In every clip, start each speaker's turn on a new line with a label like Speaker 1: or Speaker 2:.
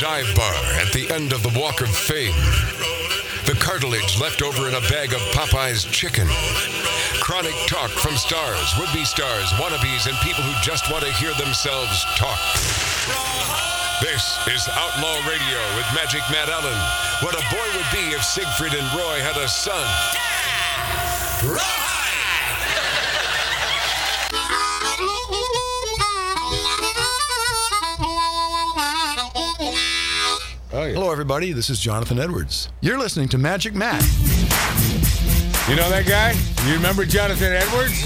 Speaker 1: dive bar at the end of the Walk of Fame. The cartilage left over in a bag of Popeye's chicken. Chronic talk from stars, would be stars, wannabes, and people who just want to hear themselves talk. This is Outlaw Radio with Magic Matt Allen. What a boy would be if Siegfried and Roy had a son.
Speaker 2: Oh, yeah.
Speaker 3: Hello, everybody. This is Jonathan Edwards. You're listening to Magic Matt.
Speaker 2: You know that guy? You remember Jonathan Edwards?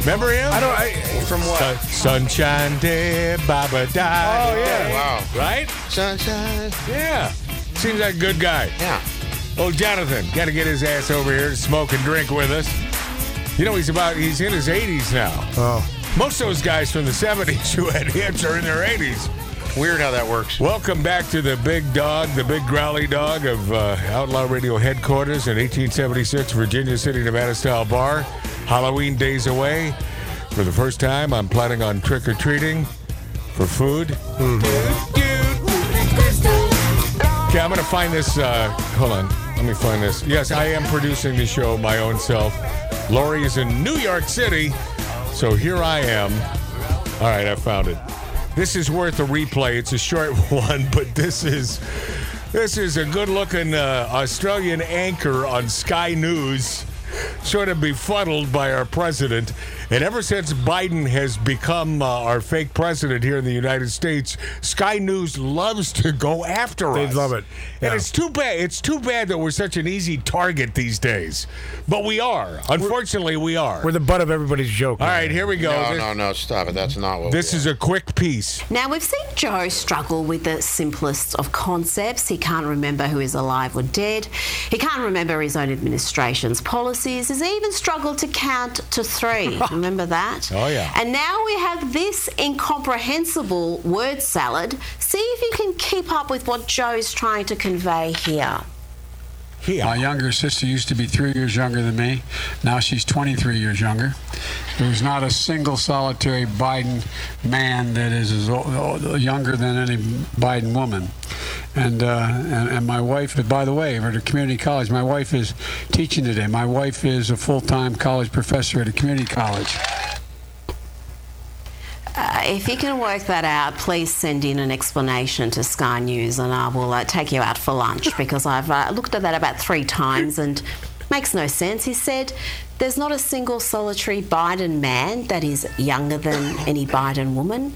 Speaker 2: Remember him?
Speaker 3: I don't. I, from what?
Speaker 2: Sun- Sunshine Day, Baba Dada.
Speaker 4: Oh, yeah. Wow.
Speaker 2: Right?
Speaker 4: Sunshine.
Speaker 2: Yeah. Seems like a good guy.
Speaker 4: Yeah.
Speaker 2: Oh, Jonathan, got to get his ass over here to smoke and drink with us. You know, he's about, he's in his 80s now.
Speaker 3: Oh,
Speaker 2: Most of those guys from the 70s who had hits are in their 80s.
Speaker 4: Weird how that works.
Speaker 2: Welcome back to the big dog, the big growly dog of uh, Outlaw Radio headquarters in 1876 Virginia City, Nevada style bar. Halloween days away. For the first time, I'm planning on trick or treating for food. Okay, I'm going to find this. Uh, hold on. Let me find this. Yes, I am producing the show my own self. Lori is in New York City, so here I am. All right, I found it. This is worth a replay. It's a short one, but this is this is a good-looking uh, Australian anchor on Sky News, sort of befuddled by our president. And ever since Biden has become uh, our fake president here in the United States, Sky News loves to go after
Speaker 3: They
Speaker 2: us.
Speaker 3: love it.
Speaker 2: And
Speaker 3: Yeah.
Speaker 2: it's too bad. It's too bad that we're such an easy target these days. But we are. Unfortunately, we are.
Speaker 5: We're the butt of everybody's joke.
Speaker 2: All right, here we go.
Speaker 4: No,
Speaker 2: this
Speaker 4: no, no. Stop it. That's not what
Speaker 2: this
Speaker 4: we
Speaker 2: is a quick piece.
Speaker 6: Now, we've seen Joe struggle with the simplest of concepts. He can't remember who is alive or dead. He can't remember his own administration's policies. He's even struggled to count to three. remember that?
Speaker 2: Oh, yeah.
Speaker 6: And now we have this incomprehensible word salad. See if you can keep up with what Joe's trying to convey here.
Speaker 2: Here.
Speaker 7: My younger sister used to be three years younger than me. Now she's 23 years younger. There's not a single solitary Biden man that is as o- younger than any Biden woman. And, uh, and and my wife, by the way, we're at a community college. My wife is teaching today. My wife is a full-time college professor at a community college.
Speaker 6: Uh, if you can work that out, please send in an explanation to Sky News and I will uh, take you out for lunch because I've uh, looked at that about three times and makes no sense. He said, There's not a single solitary Biden man that is younger than any Biden woman.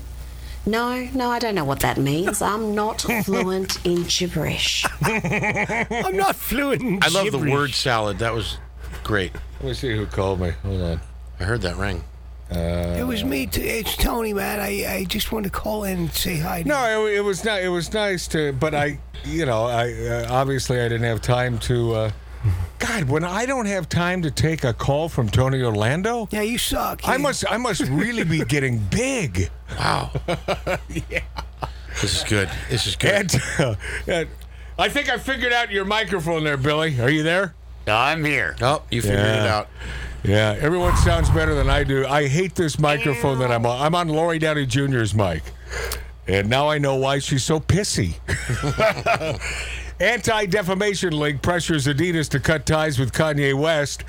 Speaker 6: No, no, I don't know what that means. I'm not fluent in gibberish.
Speaker 5: I'm not fluent. In
Speaker 4: I love the
Speaker 5: gibberish.
Speaker 4: word salad. That was great.
Speaker 2: Let me see who called me. Hold on.
Speaker 4: I heard that ring.
Speaker 8: It was me. T- it's Tony, man. I, I just wanted to call in and say hi. to you.
Speaker 2: No, it, it was not. It was nice to, but I, you know, I uh, obviously I didn't have time to. Uh, God, when I don't have time to take a call from Tony Orlando,
Speaker 8: Yeah, you suck.
Speaker 2: I
Speaker 8: You-
Speaker 2: must, I must really be getting big.
Speaker 4: Wow. This is good. This is good.
Speaker 2: And, uh, and I think I figured out your microphone there, Billy. Are you there?
Speaker 7: I'm here.
Speaker 4: oh, you figured it
Speaker 2: Yeah.
Speaker 4: out.
Speaker 2: Yeah, everyone sounds better than I do. I hate this microphone that I'm on. I'm on Lori Downey Jr.'s mic. And now I know why she's so pissy. Anti Defamation League pressures Adidas to cut ties with Kanye West.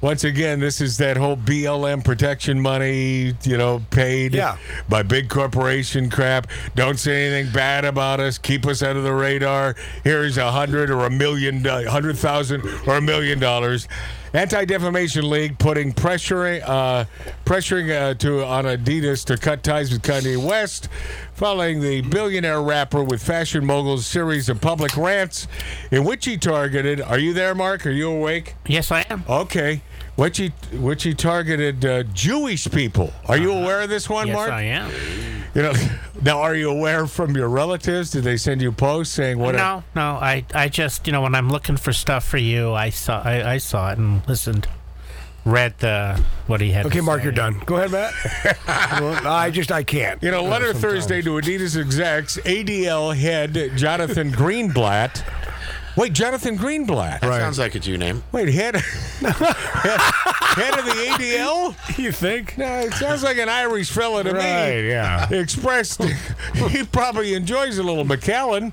Speaker 2: Once again, this is that whole BLM protection money, you know, paid
Speaker 3: Yeah.
Speaker 2: by big corporation crap. Don't say anything bad about us. Keep us out of the radar. Here's a hundred or a million, a hundred thousand or a million dollars. Anti Defamation League putting pressure, uh, pressuring uh, to on Adidas to cut ties with Kanye West, following the billionaire rapper with fashion mogul's series of public rants, in which he targeted. Are you there, Mark? Are you awake?
Speaker 5: Yes, I am.
Speaker 2: Okay. Which he, which he targeted uh, Jewish people. Are you aware of this one,
Speaker 5: Uh-huh. yes,
Speaker 2: Mark?
Speaker 5: I am.
Speaker 2: You know, now are you aware from your relatives? Did they send you posts saying what? a-
Speaker 5: No, no. I, I just, you know, when I'm looking for stuff for you, I saw, I, I saw it and listened, read the what he had.
Speaker 8: Okay,
Speaker 5: to
Speaker 8: Mark,
Speaker 5: say.
Speaker 8: you're done. Go ahead, Matt. Well, I just I can't.
Speaker 2: you know, letter Thursday to Adidas execs, ADL head Jonathan Greenblatt Wait, Jonathan Greenblatt.
Speaker 4: That sounds like a Jew name.
Speaker 2: Wait, head, head, head of the ADL? You think? No, it sounds like an Irish fella to
Speaker 9: Right,
Speaker 2: me.
Speaker 9: yeah.
Speaker 2: Expressed, he probably enjoys a little McAllen.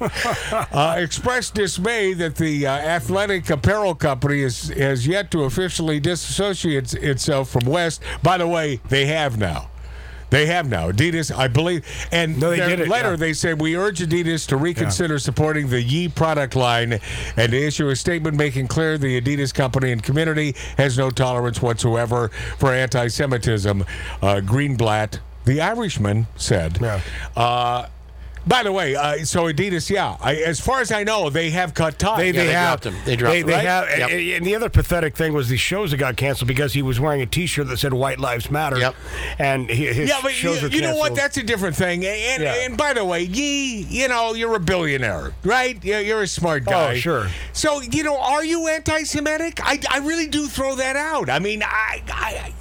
Speaker 2: Uh, expressed dismay that the uh, athletic apparel company is, has yet to officially disassociate itself from West. By the way, they have now. They have now. Adidas, I believe, and
Speaker 9: No, they
Speaker 2: their
Speaker 9: did it,
Speaker 2: letter
Speaker 9: yeah.
Speaker 2: they said we urge Adidas to reconsider supporting the Yee product line and to issue a statement making clear the Adidas company and community has no tolerance whatsoever for anti-Semitism. Uh, Greenblatt, the Irishman, said.
Speaker 9: Yeah.
Speaker 2: Uh, by the way, uh, so Adidas, yeah, I, as far as I know, they have cut ties.
Speaker 9: They, they,
Speaker 4: they
Speaker 9: have
Speaker 4: dropped him. They dropped him,
Speaker 9: they
Speaker 4: right?
Speaker 9: have.
Speaker 4: Yep.
Speaker 9: And, and the other pathetic thing was the shows that got canceled because he was wearing a T-shirt that said "White Lives Matter."
Speaker 4: Yep.
Speaker 9: And he, his
Speaker 2: yeah, but
Speaker 9: shows
Speaker 2: you,
Speaker 9: were
Speaker 2: you know what?
Speaker 9: canceled.
Speaker 2: That's a different thing. And,
Speaker 9: Yeah.
Speaker 2: and by the way, ye, you know, you're a billionaire, right? You're, you're a smart guy.
Speaker 9: Oh, sure.
Speaker 2: So, you know, are you anti-Semitic? I, I really do throw that out. I mean, I, I,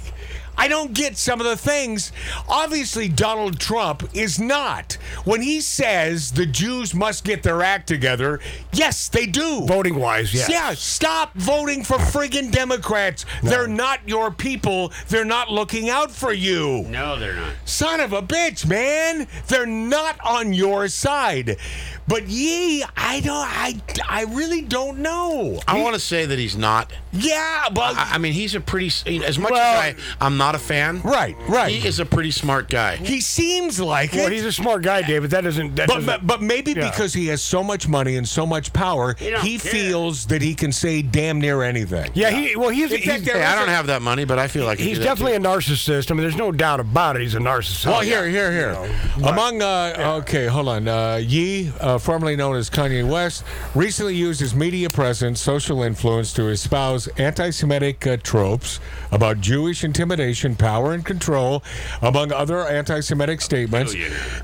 Speaker 2: I don't get some of the things. Obviously, Donald Trump is not. When he says the Jews must get their act together, yes, they do.
Speaker 9: voting wise. Yeah.
Speaker 2: Yeah, stop voting for friggin' Democrats. They're not your people. They're not looking out for you.
Speaker 5: No, they're not.
Speaker 2: Son of a bitch, man. They're not on your side. But ye, I don't I I really don't know.
Speaker 4: I want to say that he's not.
Speaker 2: Yeah, but
Speaker 4: I, I mean, he's a pretty. s- you know, As much
Speaker 2: Well-
Speaker 4: as I, I'm not a fan.
Speaker 2: right, right.
Speaker 4: He
Speaker 2: He,
Speaker 4: is a pretty smart guy.
Speaker 2: seems like
Speaker 9: Well,
Speaker 2: it.
Speaker 9: he's a smart guy, David. That doesn't. That
Speaker 2: But,
Speaker 9: doesn't-
Speaker 2: but but maybe
Speaker 9: Yeah.
Speaker 2: because he has so much money and so much power,
Speaker 5: don't
Speaker 2: he
Speaker 5: care.
Speaker 2: feels that he can say damn near anything.
Speaker 9: yeah, he. Well, he's.
Speaker 2: In fact,
Speaker 9: he's
Speaker 2: there
Speaker 4: Hey, I
Speaker 2: is
Speaker 4: don't
Speaker 2: a-
Speaker 4: have that money, but I feel like I could
Speaker 9: He's
Speaker 4: do that
Speaker 9: definitely a narcissist. I mean, there's no doubt about it. He's a narcissist.
Speaker 2: Well, here, here, here. Among, uh, okay, hold on. Uh, Yee, uh, formerly known as Kanye West, recently used his media presence, social influence to espouse anti Semitic uh, tropes about Jewish intimidation, power, and control, among other anti Semitic statements.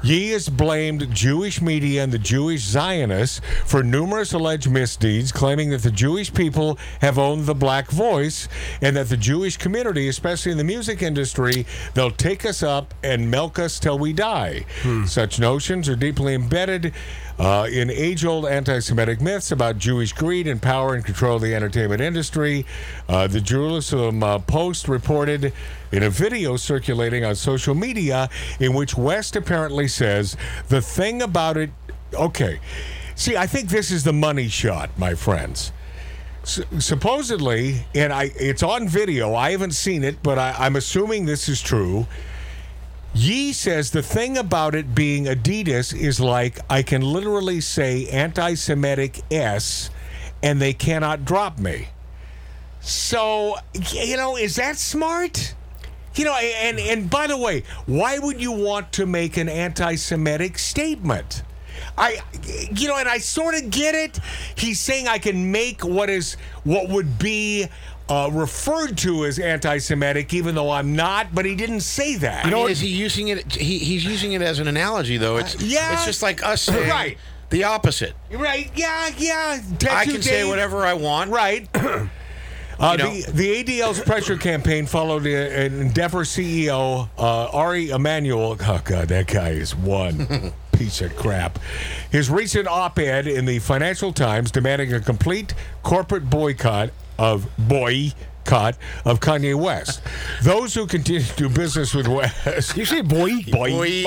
Speaker 2: Yee has blamed Jewish media and the Jewish Zionists for numerous alleged misdeeds, claiming that the Jewish people have owned the black voice and that the Jewish community, especially in the music industry, they'll take us up and milk us till we die. Such notions are deeply embedded uh, in age old anti Semitic myths about Jewish greed and power and control of the entertainment industry. Uh, the Jerusalem uh, Post reported in a video circulating on social media in which West apparently says, The thing about it, okay. See, I think this is the money shot, my friends supposedly, and I it's on video. I haven't seen it, but I, I'm assuming this is true. Yee says the thing about it being Adidas is like I can literally say anti-Semitic s, and they cannot drop me. So you know, is that smart? You know, and and by the way, why would you want to make an anti-Semitic statement? I, you know, and I sort of get it. He's saying I can make what is what would be uh, referred to as anti-Semitic, even though I'm not. But he didn't say that.
Speaker 4: I mean, is he using it? He, he's using it as an analogy, though. It's
Speaker 2: yeah.
Speaker 4: It's just like us saying
Speaker 2: Right.
Speaker 4: the opposite.
Speaker 2: right? Yeah, yeah.
Speaker 4: I
Speaker 2: Tattoo
Speaker 4: can say
Speaker 2: Dave.
Speaker 4: whatever I want.
Speaker 2: Right. Uh,
Speaker 4: You know-
Speaker 2: the, the ADL's pressure campaign followed uh, an Endeavor CEO, uh, Ari Emanuel. Oh, God, that guy is one piece of crap. His recent op ed in the Financial Times demanding a complete corporate boycott of boycott of Kanye West. Those who continue to do business with West.
Speaker 9: You say boy.
Speaker 4: Boy.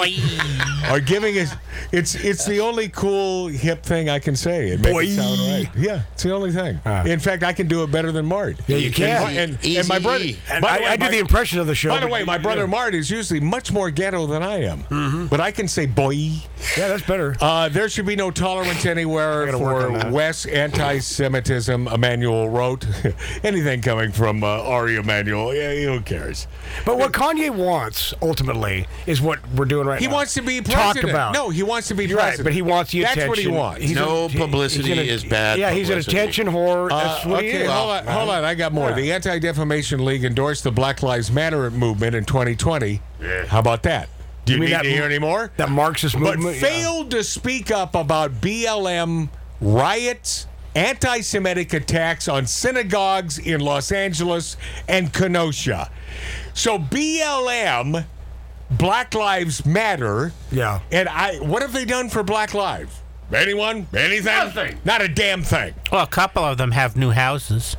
Speaker 2: Are giving it? It's it's the only cool hip thing I can say. It makes it sound right. Yeah, it's the only thing. In fact, I can do it better than Mart. Yeah,
Speaker 9: Ah. you can.
Speaker 2: And, and, my brother.
Speaker 4: Easy E.
Speaker 9: And
Speaker 2: by
Speaker 9: I,
Speaker 2: the way,
Speaker 9: I do
Speaker 2: my-
Speaker 9: the impression of the show.
Speaker 2: By the
Speaker 9: but-
Speaker 2: way, my brother Mart is usually much more ghetto than I am, but I can say boy.
Speaker 9: Mm-hmm. Yeah, that's better.
Speaker 2: Uh, there should be no tolerance anywhere
Speaker 9: gotta work
Speaker 2: for
Speaker 9: on that.
Speaker 2: West anti-Semitism. Emmanuel wrote anything coming from uh, Ari Emanuel. Yeah, who cares?
Speaker 9: But what Kanye wants ultimately is what we're doing right
Speaker 2: He
Speaker 9: now.
Speaker 2: wants to be
Speaker 9: Talked
Speaker 2: president.
Speaker 9: about.
Speaker 2: No, he wants to be
Speaker 9: You're right,
Speaker 2: president.
Speaker 9: but he wants the
Speaker 2: That's
Speaker 9: attention.
Speaker 2: what he wants.
Speaker 9: He's
Speaker 4: No
Speaker 9: an- he-
Speaker 4: publicity
Speaker 9: he's an-
Speaker 4: is bad
Speaker 9: Yeah, he's an
Speaker 4: publicity.
Speaker 9: attention whore. That's
Speaker 2: Uh,
Speaker 9: what he
Speaker 2: okay,
Speaker 9: is.
Speaker 2: hold on, hold on. I got more. The Anti Defamation League endorsed the Black Lives Matter movement in 2020. How about that? Do you,
Speaker 9: mean
Speaker 2: need
Speaker 9: that
Speaker 2: to hear
Speaker 9: mo-
Speaker 2: any more?
Speaker 9: That Marxist
Speaker 2: but
Speaker 9: movement. yeah.
Speaker 2: failed to speak up about BLM riots, anti Semitic attacks on synagogues in Los Angeles and Kenosha. So BLM, Black Lives Matter.
Speaker 9: Yeah.
Speaker 2: And I, what have they done for Black Lives? Anyone? Anything?
Speaker 4: Nothing.
Speaker 2: Not a damn thing.
Speaker 5: Well, a couple of them have new houses.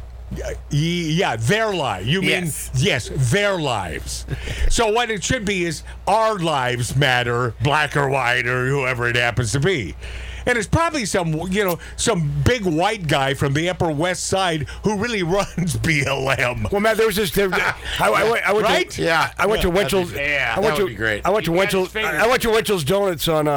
Speaker 2: Ye- Yeah, their life. You mean
Speaker 5: Yes.
Speaker 2: yes, their lives. so what it should be is our lives matter, black or white or whoever it happens to be. And it's probably some you know some big white guy from the Upper West Side who really runs BLM.
Speaker 9: Well, Matt, there was this. There, I, I went- I went
Speaker 2: Right?
Speaker 9: To,
Speaker 4: Yeah.
Speaker 9: I went to
Speaker 4: Yeah, that'd be-
Speaker 9: Winchell's.
Speaker 4: yeah,
Speaker 9: I went
Speaker 4: that
Speaker 9: to,
Speaker 4: would be great.
Speaker 9: I went to
Speaker 4: He got his
Speaker 9: Winchell's.
Speaker 4: fingers.
Speaker 9: I went to Winchell's Donuts on uh,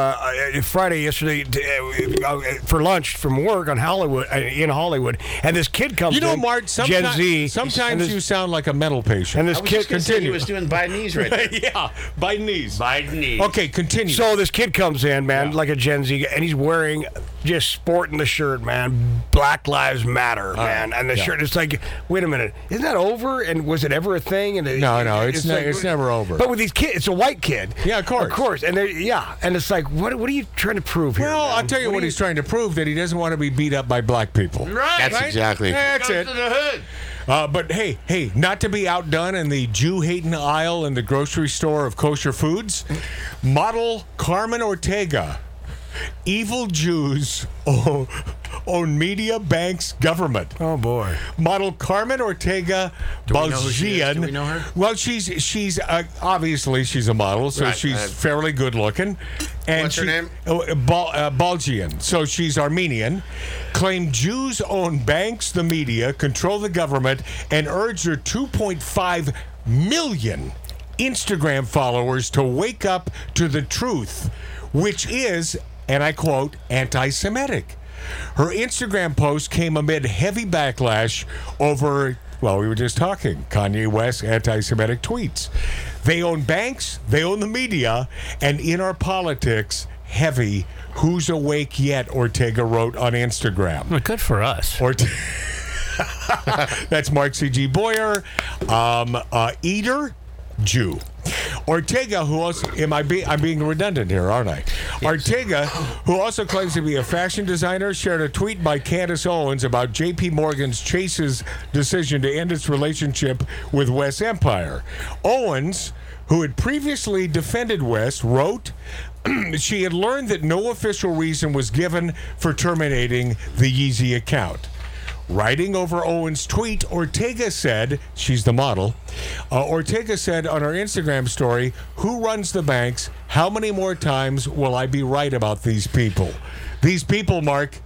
Speaker 9: uh, Friday yesterday to, uh, for lunch from work on Hollywood uh, in Hollywood, and this kid comes.
Speaker 2: You know,
Speaker 9: in,
Speaker 2: Mark. Sometimes,
Speaker 9: Gen Z. and
Speaker 2: sometimes
Speaker 9: this,
Speaker 2: you sound like a mental patient.
Speaker 9: and this kid
Speaker 4: He was doing Bidenese right there.
Speaker 2: yeah, by knees.
Speaker 4: Bidenese.
Speaker 2: Okay, continue.
Speaker 9: So this kid comes in, man, like a Gen Z, guy, and he's wearing just sporting the shirt, man. Black Lives Matter,
Speaker 2: Uh,
Speaker 9: man, and the shirt. It's like, wait a minute, isn't that over? And was it ever a thing? And it-
Speaker 2: No, no, it's ne- it's never over.
Speaker 9: But with these kids, it's a white kid.
Speaker 2: Yeah, of course.
Speaker 9: of course, and they yeah, and it's like, what what are you trying to prove here?
Speaker 2: well,
Speaker 9: man?
Speaker 2: I'll tell you what,
Speaker 9: are
Speaker 2: he's trying to prove that he doesn't want to be beat up by black people.
Speaker 4: Right. That's exactly-
Speaker 2: That's
Speaker 4: Goes
Speaker 2: it.
Speaker 4: to the hood.
Speaker 2: Uh, but hey, hey, not to be outdone in the Jew hating aisle in the grocery store of kosher foods, model Carmen Ortega, evil Jews own, own media banks government.
Speaker 9: Oh boy,
Speaker 2: Model Carmen Ortega
Speaker 4: we know who she is?
Speaker 2: Baljian.
Speaker 4: Do we know her?
Speaker 2: Well, she's she's uh, obviously she's a model, so
Speaker 4: Right,
Speaker 2: she's
Speaker 4: uh,
Speaker 2: fairly good looking. And
Speaker 4: What's her
Speaker 2: she-
Speaker 4: name?
Speaker 2: Oh, uh, Bal, uh, Baljian. So she's Armenian. Claimed Jews own banks, the media, control the government, and urged her 2.5 million Instagram followers to wake up to the truth, which is, and I quote, anti-Semitic. Her Instagram post came amid heavy backlash over, well, we were just talking Kanye West anti Semitic tweets. They own banks, they own the media, and in our politics, heavy. Who's awake yet? Ortega wrote on Instagram.
Speaker 5: Well, good for us.
Speaker 2: Ortega. That's Mark C.G. Boyer, um, uh, Eater, Jew. Ortega, who also am I? Be, I'm being redundant here, aren't I? Ortega, who also claims to be a fashion designer, shared a tweet by Candace Owens about J.P. Morgan's Chase's decision to end its relationship with West Empire. Owens, who had previously defended West, wrote. she had learned that no official reason was given for terminating the Yeezy account. Writing over Owen's tweet, Ortega said, she's the model. uh, Ortega said on her Instagram story, Who runs the banks? How many more times will I be right about these people? These people, Mark,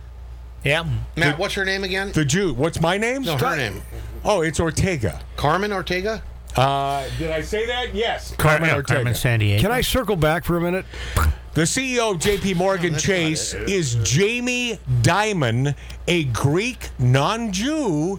Speaker 5: Yeah.
Speaker 4: Matt, what's her name again?
Speaker 2: the Jew. What's my name?
Speaker 4: No, her name.
Speaker 2: Oh, it's Ortega.
Speaker 4: Carmen Ortega?
Speaker 2: Uh, did I say that? Yes.
Speaker 5: Carmen, yeah, Carmen San Diego.
Speaker 9: can I circle back for a minute?
Speaker 2: The CEO of JP
Speaker 4: Oh,
Speaker 2: Morgan Chase is Jamie Dimon, a Greek non Jew.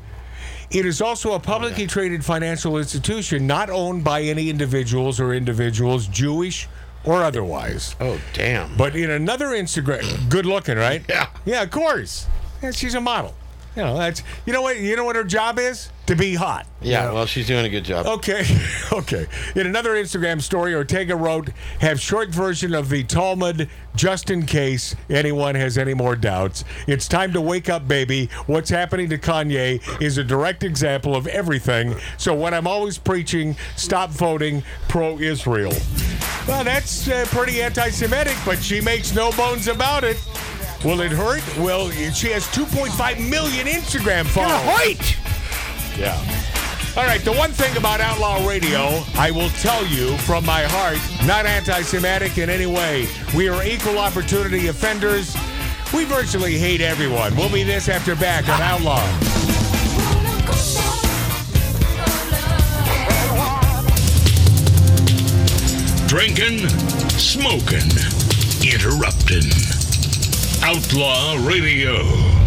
Speaker 2: It is also a
Speaker 4: Oh,
Speaker 2: publicly traded financial institution not owned by any individuals or individuals, Jewish or otherwise.
Speaker 4: Oh, damn.
Speaker 2: But in another Instagram, good looking, right?
Speaker 4: Yeah.
Speaker 2: Yeah, of course. Yeah, she's a model. You know, that's you know what you know what her job is? To be hot.
Speaker 4: yeah, well, she's doing a good job.
Speaker 2: Okay, okay. In another Instagram story, Ortega wrote, "Have short version of the Talmud, just in case anyone has any more doubts. It's time to wake up, baby. What's happening to Kanye is a direct example of everything. So what I'm always preaching: stop voting pro-Israel. Well, that's uh, pretty anti-Semitic, but she makes no bones about it. Will it hurt? Well, she has 2.5 million Instagram followers.
Speaker 9: Right.
Speaker 2: Yeah. All right, the one thing about Outlaw Radio, I will tell you from my heart, not anti Semitic in any way. We are equal opportunity offenders. We virtually hate everyone. We'll be this after back on Outlaw.
Speaker 10: Drinking, smoking, interrupting. Outlaw Radio.